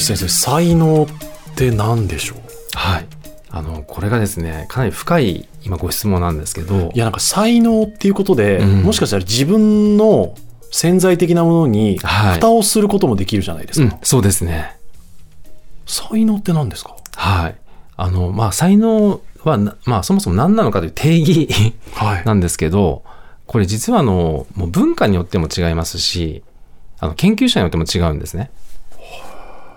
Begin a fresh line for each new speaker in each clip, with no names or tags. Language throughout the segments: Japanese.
先生才能って何でしょう
はい。あの、これがですね、かなり深い今ご質問なんですけど
い、やなんか才能っていうことで、
うん
もしかしたら自分の潜在的なものに
はい
蓋をすることもできるじゃないです
う
か、
ん、そうですね。
才能って何ですか
はい。あの、まあ、才能はな、まあ、そもそも何なのかという定義
はい
なんですけど、これ実はあの、もう文化によっても違いますし、あの、研究者によっても違うんですね。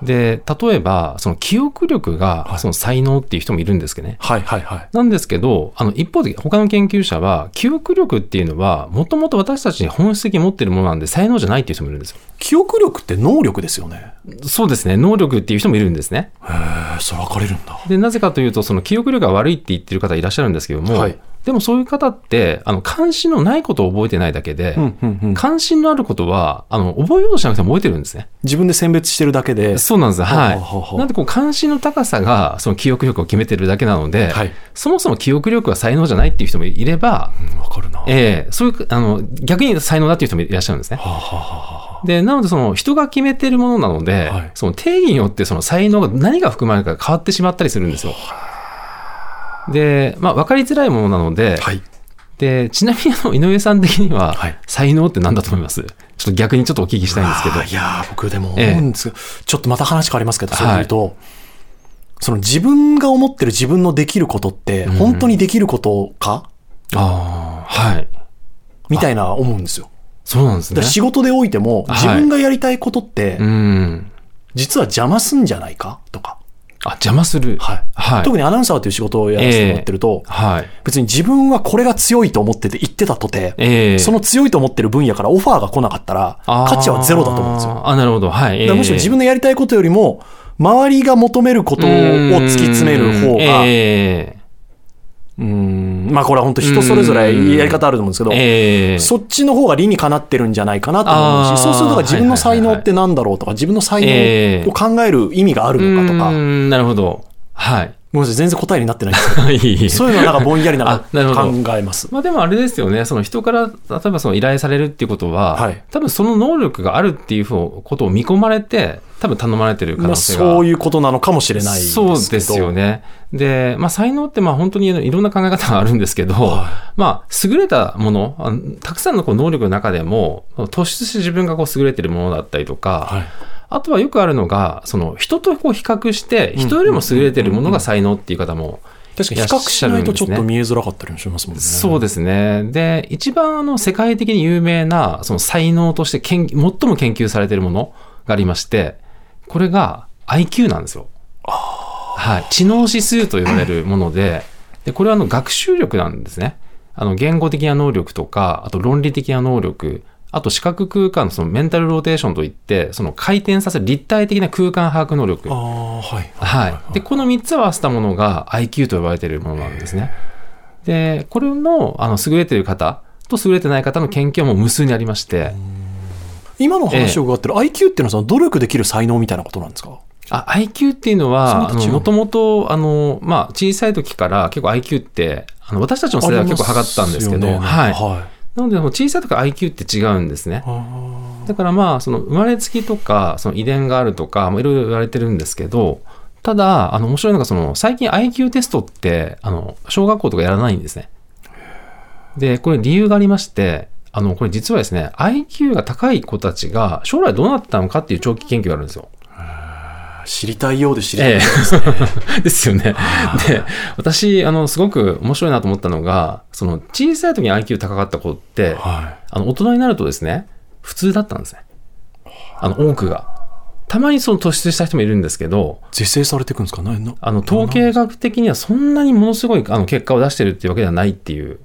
で、例えば、その記憶力
は
が、
い
その才能っていう人もいるんですけどね。
はいはいはい
なんですけど、あの、一方で他の研究者は、記憶力っていうのは、もともと私たちに本質的に持ってるものなんで、才能じゃないっていう人もいるんですよ。
記憶力って能力ですよね
そうですね。能力っていう人もいるんですね。
へえそれ分かれるんだ
で、なぜかというと、その記憶力が悪いって言ってる方いらっしゃるんですけども、
はい
でもそういう方って、あの、関心のないことを覚えてないだけで、
うんうんうん
関心のあることは、あの、覚えようとしなくても覚えてるんですね。
自分で選別してるだけで
そうなんです。
は
は
あはあはあ
い。なんで、こう、関心の高さが、その記憶力を決めてるだけなので、
はい
そもそも記憶力は才能じゃないっていう人もいれば、
うん分かるなは
ええそういう、あの、逆に才能だっていう人もいらっしゃるんですね。
あはあはあはあ
で、なので、その、人が決めてるものなので、
はい
その定義によって、その才能が何が含まれるかが変わってしまったりするんですよ。で、まあ、分かりづらいものなので、
はい
で、ちなみに、あの、井上さん的には、
はい
才能って何だと思いますちょっと逆にちょっとお聞きしたいんですけど
あ。ーいやー僕でも思うんですが、ちょっとまた話変わりますけど、そういうと、その自分が思ってる自分のできることって、
ん
本当にできることか、
ああ、はい。
みたいな思うんですよ。
そうなんです
だか
ね
ら。仕事でおいても、
はい
自分がやりたいことって、
うん。
実は邪魔すんじゃないかとか、
あ、邪魔する。
はい
はい。
特にアナウンサーという仕事をやらせてもらってると、
はい。
別に自分はこれが強いと思ってて言ってたとて、
ええ
その強いと思ってる分野からオファーが来なかったら、
あー
価値はゼロだと思うんですよ。。
あ、なるほど。はい。え
だ
え
からむしろ自分のやりたいことよりも、周りが求めることを突き詰める方が、
え
うんまあこれは本当人それぞれやり方あると思うんですけど
え、ええ
そっちの方が理にかなってるんじゃないかなと思う
あー
し、そうすると自分の才能ってなんだろうとか、自分の才能を考える意味があるのかとか、
うー
ごめ
んなるほど。はい。
んなさい、全然答えになってないんですけ
い いいい
ど、そういうのはなんかぼんやりなんか
あなるほ
考えます。
まあでもあれですよね、その人から、例えばその依頼されるっていうことは、
はい
多分その能力があるっていうふうことを見込まれて、多分頼まれてる可
まあ
能性が。
そういうことなのかもしれないですけど。
そうですよね。で、まあ、才能ってまあ本当にいろんな考え方があるんですけど、
は
まあ、優れたもの、あのたくさんのこう能力の中でも、突出して自分がこう優れてるものだったりとか、
はい。
あとはよくあるのが、その人とこう比較して、人よりも優れてるものが才能っていう方も、
確かに比較しないとちょっと見えづらかったりもしますもんね。
そうですね。で、一番あの世界的に有名な、その才能として研究最も研究されているものがありまして、これが IQ なんですよ。はい。知能指数と呼ばれるもので、で、これはあの学習力なんですね。あの言語的な能力とか、あと論理的な能力、あと視覚空間のそのメンタルローテーションといって、その回転させる立体的な空間把握能力。
ああ、はい。
はい。で、この3つを合わせたものが IQ と呼ばれているものなんですね。で、これの、あの、優れている方と優れてない方の研究も無数にありまして、
今の話を伺ってる IQ っていうのはその努力できる才能みたいなことなんですか
あ、IQ っていうのは、あ
そんなこと違
の、
う
もともと、あの、まあ、小さい時から結構 IQ って、あの、私たちの世代は結構測ったんですけど、
ありますよ
は
ね
い。なので、もう小さい時から IQ って違うんですね。
はい
だからまあ、その生まれつきとか、その遺伝があるとか、まあいろいろ言われてるんですけど、ただ、あの、面白いのが、その、最近 IQ テストって、あの、小学校とかやらないんですね。で、これ理由がありまして、あの、これ実はですね、IQ が高い子たちが将来どうなったのかっていう長期研究があるんですよ。
知りたいようで知りたい
え え。ですよね。で、私、あの、すごく面白いなと思ったのが、その、小さい時に IQ 高かった子って、
は
あの、大人になるとですね、普通だったんですね。あの、多くが。たまにその突出した人もいるんですけど、
い。是正されていくんですかね。な
あの、統計学的にはそんなにものすごいあの結果を出してるっていうわけではないっていう。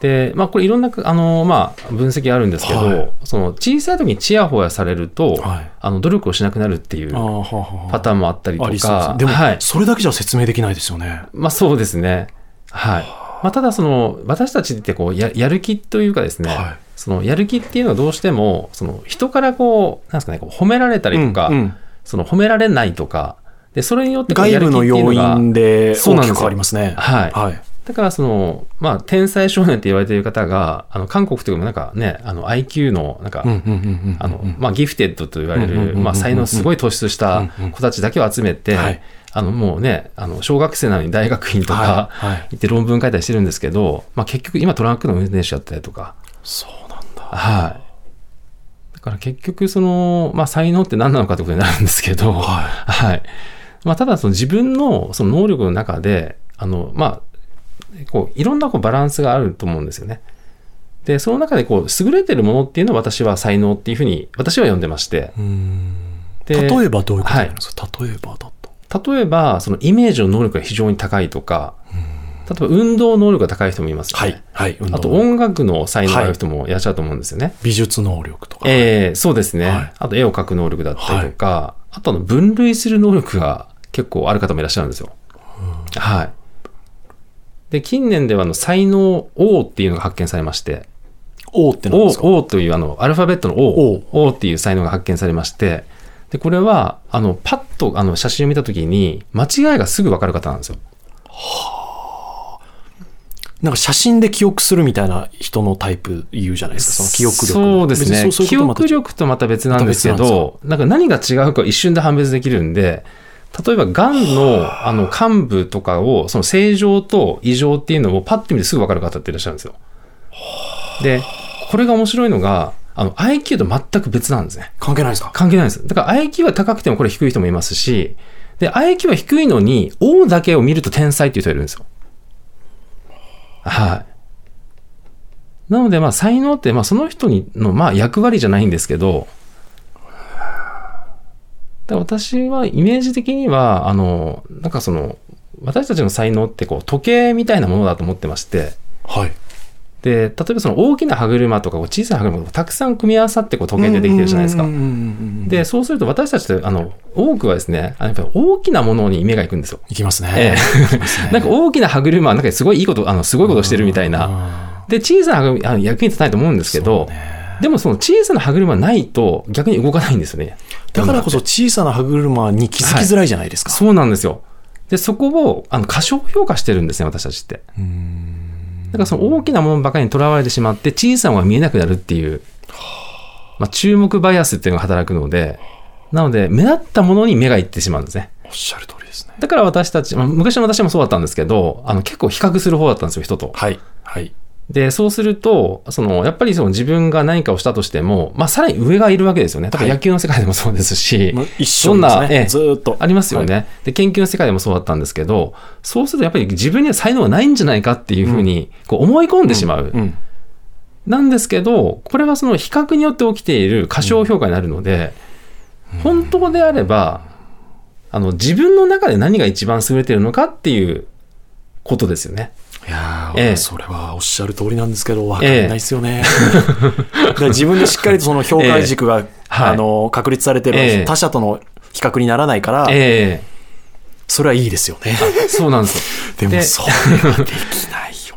で、まあ、これいろんな、あの、まあ、分析あるんですけど、
はい
その、小さい時にチヤホヤされると、
はい
あの、努力をしなくなるっていう
あーはあはあ
パターンもあったりと
ありそうで
か、
す。でも、
はい。
それだけじゃ説明できないですよね。
まあそうですね。はい。まあ、ただその、私たちってこうや、やる気というかですね、
はい
そのやる気っていうのはどうしても、その人からこう、なんですかね、こう褒められたりとか、
うんうん
その褒められないとか、で、それによってこう
外部の要
やる気っていうが
因で
そう
大
なん
き
ですよ
く変わりますね。
はい
はい。
だからその、まあ、天才少年って言われている方が、あの、韓国とかもなんかね、あの、IQ の、なんか、あの、まあ、ギフテッドと言われ
うんうんうんうん
る、
うん
まあ、才能すごい突出した子たちだけを集めて
はい、
あの、もうね、あの、小学生なのに大学院とか
はいはい
行って論文書いたりしてるんですけど、まあ、結局今トラックの運転手やったりとか、
そうなんだ。
はい。だから結局、その、まあ、才能って何なのかってことになるんですけど、
はい
はい。まあ、ただ、その自分のその能力の中で、あの、まあ、こう、いろんなこうバランスがあると思うんですよね。で、その中で、こう、優れてるものっていうのを私は才能っていうふうに、私は呼んでまして。
うん。
で
例えばどういうことになるんですか、例えばだと。
例えば、そのイメージの能力が非常に高いとか、例えば運動能力が高い人もいますよ
は
ね。
い。はい。運動
あと音楽の才能がある人もいらっしゃると思うんですよね。
美術能力とか。
ええそうですね、
はい
あと絵を描く能力だったりとか、あとあの分類する能力が結構ある方もいらっしゃるんですよ。はい。で、近年ではあの才能 O っていうのが発見されまして、
王ってなん
O,
ですか
O というあのアルファベットの O, o っていう才能が発見されまして、で、これはあのパッとあの写真を見たときに間違いがすぐわかる方なんですよ。
なんか写真で記憶するみたいな人のタイプ言うじゃないですか、その記憶力。
そうです
別
ね
にそう
記
そういうこと
憶
また
力とまた別なんですけ
また別なん
どなんか何が違うか一瞬で判別できるんで例えばがんのあの幹部とかをその正常と異常っていうのをパッて見てすぐ分かる方っていらっしゃるんですよでこれが面白いのがあの IQ と全く別なんですね
関係ないですか
関係ないんですだから IQ は高くてもこれ低い人もいますしで IQ は低いのに O だけを見ると天才っていう人いるんですよはいなので、まあ、才能って、まあ、その人にの、まあ、役割じゃないんですけど、だから私はイメージ的には、あの、なんかその、私たちの才能って、こう、時計みたいなものだと思ってまして、
はい。
で、例えばその大きな歯車とか、こう小さな歯車とか、たくさん組み合わさって、こう、時計でできてるじゃないですか
うん。うんうんうんうん、
で、そうすると私たちって、あの、多くはですね、あのやっぱり大きなものに目が行くんですよ。
いきますね。
え
いきますね
なんか大きな歯車は、なんかすごいいいこと、あの、すごいことしてるみたいな。
な。
で、小さな歯車、あの役に立たないと思うんですけど、でもその小さな歯車ないと逆に動かないんですよね。
だからこそ小さな歯車に気づきづらいじゃないですか。
そうなんですよ。で、そこを、あの、過小評価してるんですね、私たちって。
うーん
だからその大きなものばかりにとらわれてしまって、小さなものが見えなくなるっていう、まあ、注目バイアスっていうのが働くので、なので、目立ったものに目がいってしまうんですね。
おっしゃる通りですね。
だから私たち、まあ昔の私もそうだったんですけど、あの結構比較する方だったんですよ、人と。
はい。はい。
で、そうすると、その、やっぱりその自分が何かをしたとしても、まあさらに上がいるわけですよね。だから野球の世界でもそうですし、
もう一緒です
どんなええ
ね。ずーっと。
ありますよね、で、研究の世界でもそうだったんですけど、そうするとやっぱり自分には才能がないんじゃないかっていうふうに、こう思い込んでしまう。
うん。
なんですけど、これはその比較によって起きている過小評価になるので、本当であれば、あの、自分の中で何が一番優れてるのかっていうことですよね。
いやー
ええ
それはおっしゃる通りなんですけど、わかんないですよね。 だから自分でしっかりとその評価軸が、
はい
あの、確立されてる、
ええ
他者との比較にならないから、
え
それはいいですよね。
えそうなんです
で
よ。
も、
で
それはできないよ。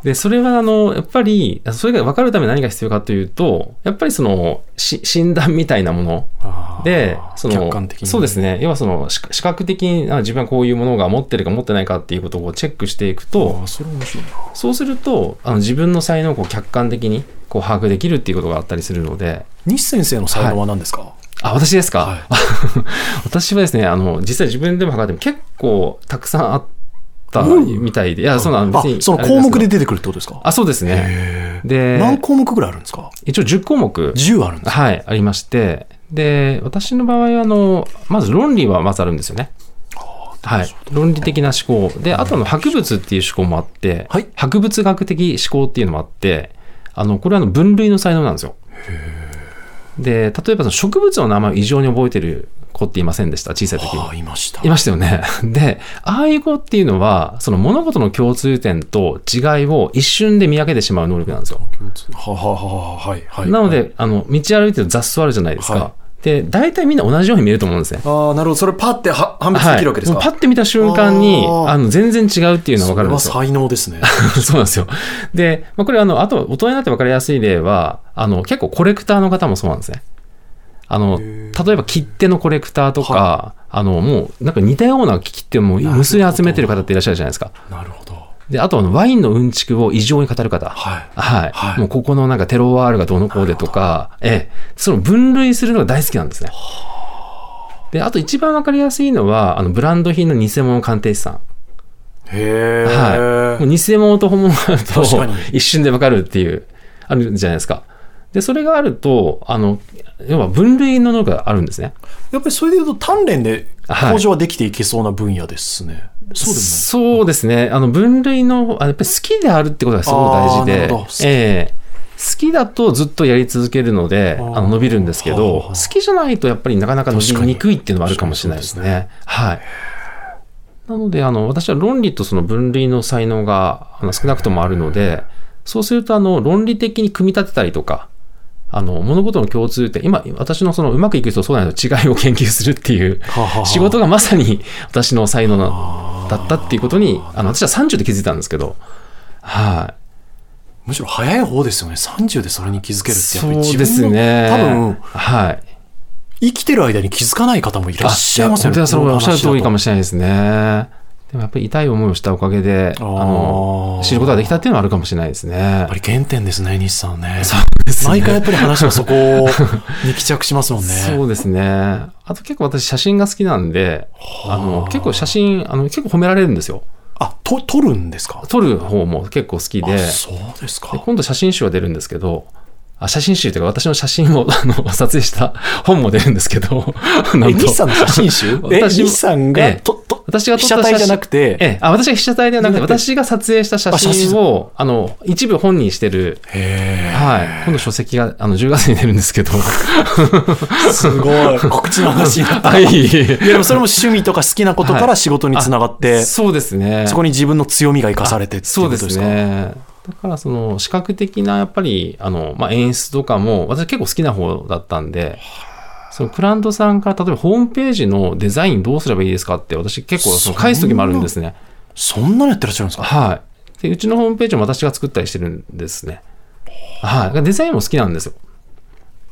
で、それはあの、やっぱり、それが分かるために何が必要かというと、やっぱりその、し診断みたいなもの
あー
で、その、
客観的に。
そうですね。要はその、視視覚的にあ自分はこういうものが持ってるか持ってないかっていうことをこうチェックしていくと、
あーそれ面白いな。
そうすると、あの自分の才能をこう客観的にこう把握できるっていうことがあったりするので、
西先生の才能は何ですか、
あ、私ですか、
はい
私はですね、あの、実際自分でも測っても結構たくさんあったみたいで、いや、そうなん
あ
別に。
その
あれ
項
ですけど
目で。出てくるってことですか
あ、そうですね。
へー
で、
何項目ぐらいあるんですか
一応10項目、
?10 あるんですか
はい、ありまして、で、私の場合は、あの、まず論理はまずあるんですよね。はい。論理的な思考。で、あとあの、博物っていう思考もあって、
はい
博物学的思考っていうのもあって、あの、これはあの分類の才能なんですよ。で、例えばその植物の名前を異常に覚えてる子っていませんでした、小さい時に。
あーいました。
いましたよね。 で、ああいう子っていうのは、その物事の共通点と違いを一瞬で見分けてしまう能力なんですよ。
はははははいはい。
なので、あの、道歩いてると雑草あるじゃないですか。
は
で、大体みんな同じように見えると思うんですね。
ああ、なるほど。それパっては判別できるわけですか、
はいもうパッて見た瞬間に、
あー
あの、全然違うっていうのがわかるんで
そ
すよ
れ。は才能ですね。
そうなんですよ。で、まあ、これあの、あと、大人になって分かりやすい例は、あの、結構コレクターの方もそうなんですね。あの、
へ
例えば切手のコレクターとか、あの、もう、なんか似たような切手をもう
なるほど
無数に集めてる方っていらっしゃるじゃないですか。
なるほど。
で、あとはあのワインのうんちくを異常に語る方。
はい。
はい。
はい
もうここのなんかテロワールがどうのこうでとか、ええ、その分類するのが大好きなんですね。で、あと一番わかりやすいのは、あの、ブランド品の偽物鑑定士さん。
へえ。
はい。もう偽物と本物があると
確かに、
一瞬でわかるっていう、あるじゃないですか。で、それがあると、あの、要は分類の能力があるんですね。
やっぱりそれでいうと鍛錬で
はい
向上はできていけそうな分野ですね。そうでもない。
そうですね。あの、分類の、あのやっぱり好きであるってことがすごく大事
あーな
で
るほど好、き
ええ好きだとずっとやり続けるので、
あー
あの伸びるんですけ
は
ど、
あは
好
あ
きじゃないとやっぱりなかなか伸び
確かに
にくいっていうのはあるかもしれないですね。はい。なので、あの、私は論理とその分類の才能があの少なくともあるので、そうすると、あの、論理的に組み立てたりとか、あの、物事の共通点、今、私のその、うまくいく人とそうなると違いを研究するっていう
はあはあ、
仕事がまさに私の才能なだったっていうことに、あの、私は30で気づいたんですけど、はい。
むしろ早い方ですよね。30でそれに気づけるって、やっぱり
そう
自
です
分の、
ね。
多分、
はい。
生きてる間に気づかない方もいらっしゃいますよ
あ
ね。
や本当にそれはおっしゃる通りかも
し
しれないですね。でもやっぱり痛い思いをしたおかげで、あ
あー
の、知ることができたっていうのはあるかもしれないですね
やっ。ぱり原点ですね、西さんね。
ですね
毎回やっぱり話はそこ に帰着しますもんね。
そうですね。あと結構私写真が好きなんで、
はあ
あの、結構写真、あの、結構褒められるんですよ。
あ、と、撮るんですか
撮る方も結構好きで、
あ
で
そうですか。
今度写真集は出るんですけど、あ写真集というか私の写真を あの撮影した本も出るんですけど、 なん
え、
と
西さんの写真 集え、
私も
西さん
え
が
え
と、と、
私が
被
撮った
写
写真
体じゃなくて、
ええ、あ、私が被写体ではなくて、
じゃなくて
私が撮影した写
あ写
真
真
を、あの、一部本にしてる、
へー
はい。今度書籍が、あの、10月に出るんです けど。
すごい。告知の話にな った。
はいい。
や、でもそれも趣味とか好きなことか
は
ら仕事につながって、そ
そうですね。
こに自分の強みが生かされてっていう
そ
こ
う
と
で
です
す
か
ね。だから、その、視覚的な、やっぱり、あの、まあ、演出とかも、私結構好きな方だったんで、そのクラントさんから、例えばホームページのデザインどうすればいいですかって、私結構、その、返す時もあるんですね。
そんなのやってらっしゃるんですか
はい。で、うちのホームページも私が作ったりしてるんですね。はい。だからデザインも好きなんですよ。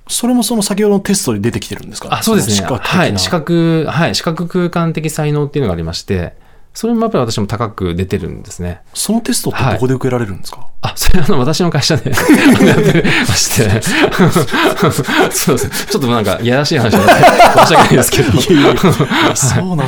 それもその先ほどのテストで出てきてるんですか
あ、そうですね。
の視覚的な。
はい。視覚、はい。視覚空間的才能っていうのがありまして、それもやっぱり私も高く出てるんですね。
そのテストってどこで受けられるんですか、
あ、それあの、私の会社で やってまして。そうです。ちょっとなんか、いやらしい話になって申し訳ないですけど。
いやいやそうなんだ。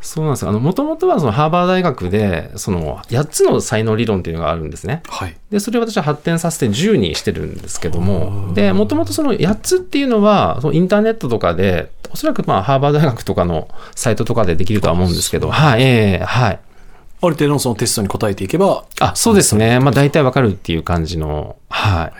そうなんですよ。あの、もともとはそのハーバード大学で、その、8つの才能理論っていうのがあるんですね。
はい。
で、それを私は発展させて10にしてるんですけども、で、もともとその8つっていうのは、そのインターネットとかで、おそらくまあ、ハーバード大学とかのサイトとかでできるとは思うんですけど、はい、ええはい。
ある程度のそのテストに答えていけば、
あ、そうですね。まあ、大体わかるっていう感じの、は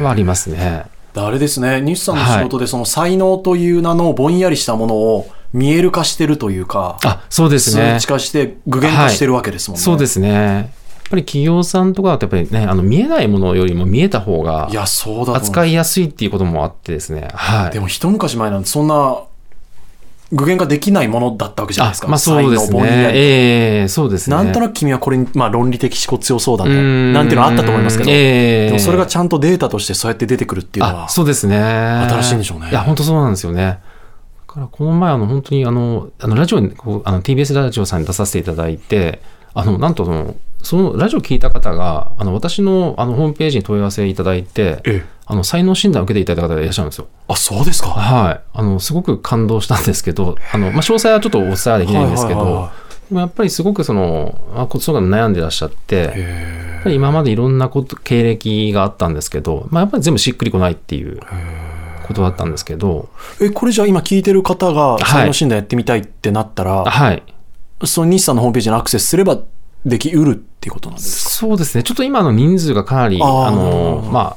い。はありますね。
あれですね、西さんの仕事でその才能という名のぼんやりしたものを見える化してるというか、
あ、そうです
数
ね
値。化して具現化してるわけですもんね。。
そうですすね。やっぱり企業さんとかだと、やっぱりね、あの、見えないものよりも見えた方が
い、や、そうだと思う
扱いやすいっていうこともあってですね、はい。
でも一昔前なんてそんな具現化できないものだったわけじゃないですか。
あまあそうです
才能ぼんや
ね。
り
ええそうですね。
なんとなく君はこれに、まあ論理的思考強そうだね。なんていうのあったと思いますけど、
ええ
でもそれがちゃんとデータとしてそうやって出てくるっていうの
あ
は、
そうですね。新
しいんでしょうね
いや、本当そうなんですよね。だから、この前、あの、本当に、あの、あのラジオに、こうあの、TBS ラジオさんに出させていただいて、あの、なんとその、そのラジオ聞いた方が、あの、私の、あの、ホームページに問い合わせいただいて、
ええ
あの、才能診断を受けていただいた方がいらっしゃるんですよ。
あ、そうですか。
はい。あの、すごく感動したんですけど、あの、まあ、詳細はちょっとお伝えはできないんですけ
はいはいはい
ど
は、
でもやっぱりすごくその、あ、こっちの方が悩んでらっしゃって、
へ
やっぱり今までいろんなこと経歴があったんですけど、まあ、やっぱり全部しっくりこないっていうことだったんですけど、
え、これじゃあ今聞いてる方が
い
才能診断やってみたいってなったら、
はい、
その西さんのホームページにアクセスすればできうるっていうことなんですか
そうですね、ちょっと今の人数がかなり、
あ
あ
ー
のまあ、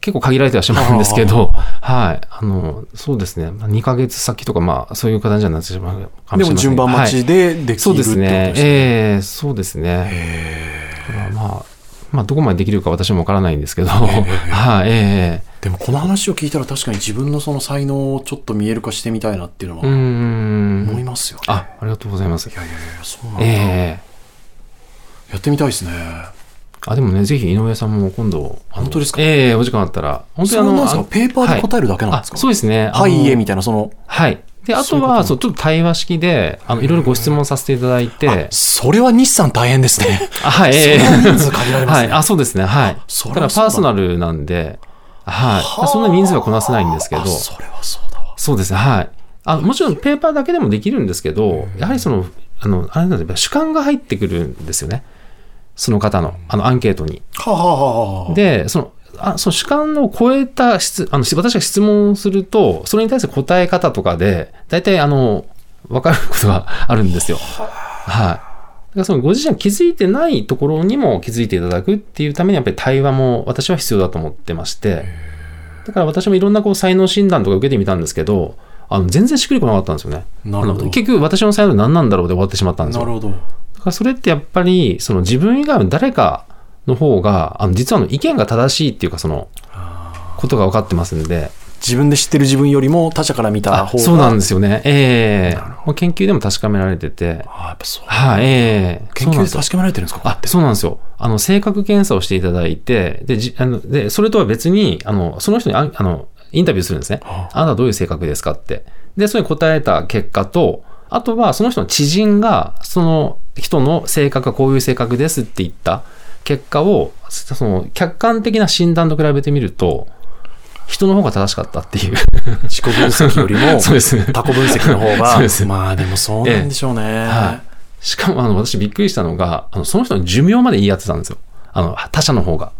結構限られてはしまうんですけど、 はいあのそうですね、まあ2ヶ月先とか、まあ、そういう形になってしまうかも
でも
しれません
順
が
番待
は
ち
い
でできるって
そ
こと
うで
です
す
ね。
ね、ええそうですね。だからまあまあ、どこまでできるか私もわからないんですけど、 はい、ええ
でもこの話を聞いたら確かに自分のその才能をちょっと見える化してみたいなっていうの
うー
は思い
ん、
ますよね。
あ、ありがとうございます。
いやいやいや、そうなんだ。
ええ
やってみたいですね。
あ、でもね、ぜひ井上さんも今度。あの
本当ですか
ええお時間あったら。本
それはなんですかペーパーで答えるだけ
え
なんですか、
あ、そうですね。あの
はい、いいえ、みたいな、その、
はい。で、あとは、そうちょっと対話式で、あの、いろいろご質問させていただいて、
それは西さん大変ですね。
あ、はい、ええ
その人数限られますね
はい、あ、そうですね、はい。
そ
た
れは
だ
そうだ
パーソナルなんで、はい。
はあ
そんな人数はこなせないんですけど
あ、それはそうだわ。
そうですね、はい。あもちろんペーパーだけでもできるんですけど、やはりその、あの、あれなんですよ主観が入ってくるんですよね。その方の、あの、アンケートに。
はあはあはあ。
で、その、あその主観を超えた質、あの、し私が質問をすると、それに対する答え方とかで、大体、あの、わかることがあるんですよ。はい。だからそのご自身が気づいてないところにも気づいていただくっていうためにやっぱり対話も私は必要だと思ってまして、だから私もいろんなこう才能診断とか受けてみたんですけど、あの全然しっくりこなかったんですよね。
なるほど
あの結局私の才能何なんだろうで終わってしまったんです
な
よ。
るほど。
だからそれってやっぱりその自分以外の誰かの方があの実はあの意見が正しいっていうかそのことが分かってますんで
自分で知ってる自分よりも他者から見た
あ
方が。。
そうなんですすよねええもう研究でも確かめられてて
あやっぱそう。
はいええ
研
そうな
究
んで
です
よ
確かめられてるんですかここ
あ
っ、て
そうなんですよ。あの、性格検査をしていただいて、で、じあのでそれとは別に、あの、その人にああのインタビューするんですね。
は
あなたはどういう性格ですかって。で、それに答えた結果と、あとはその人の知人が、その人の性格がこういう性格ですって言った結果を、そその客観的な診断と比べてみると、人の方が正しかったっていう。
自己分析よりも、
そうです。
他己分析の方
そうで
が。
す
まあでもそうなんでしょうね。
はい。しかも、あの、私びっくりしたのが、あの、その人の寿命まで言い合ってたんですよ。あの、他者の方が。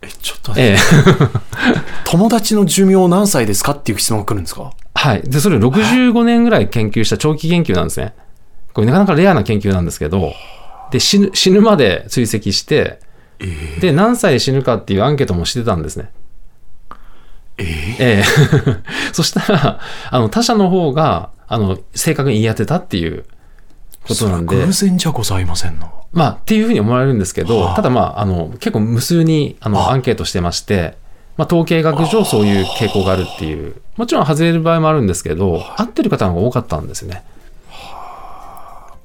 え、ちょっと待って、
ええ。
友達の寿命何歳ですかっていう質問が来るんですか
はい。で、それを65年ぐらい研究した長期研究なんですね。これなかなかレアな研究なんですけど、で、死ぬ、死ぬまで追跡して、で、何歳で死ぬかっていうアンケートもしてたんですね。
え
ええ そしたら、あの、他者の方が、あの、正確に言い当てたっていうことなんで
偶、然じゃございませんな。
まあ、っていうふうに思われるんですけど
は、あ
ただまあ、あの、結構無数に、あ
は
の、
あ
アンケートしてまして、まあ、統計学上そういう傾向があるっていう、もちろん外れる場合もあるんですけど、合ってる方の方が多かったんですよね。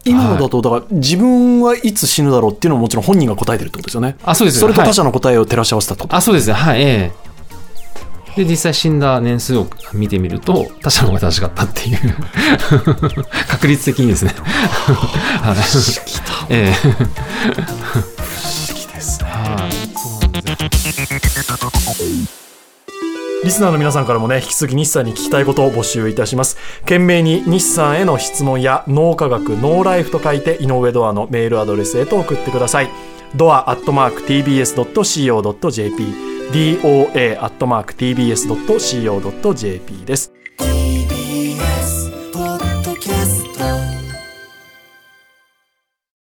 今のだと、だから自分はいつ死ぬだろうっていうのももちろん本人が答えてるってことですよね。
あ、そうです。
それと
はい
他者の答えを照らし合わせたってこと。
あ、そうですね。はい、ええで、実際死んだ年数を見てみると、他者の方が正しかったっていう。 確率的にですね。 はいええ
不思議ですね。
はい
リスナーの皆さんからもね、引き続き日産に聞きたいことを募集いたします。懸命に日産への質問や、脳科学、脳ライフと書いて、井上ドアのメールアドレスへと送ってください。ドアアットマーク TBS.CO.JP、DOA アットマーク TBS.CO.JP です。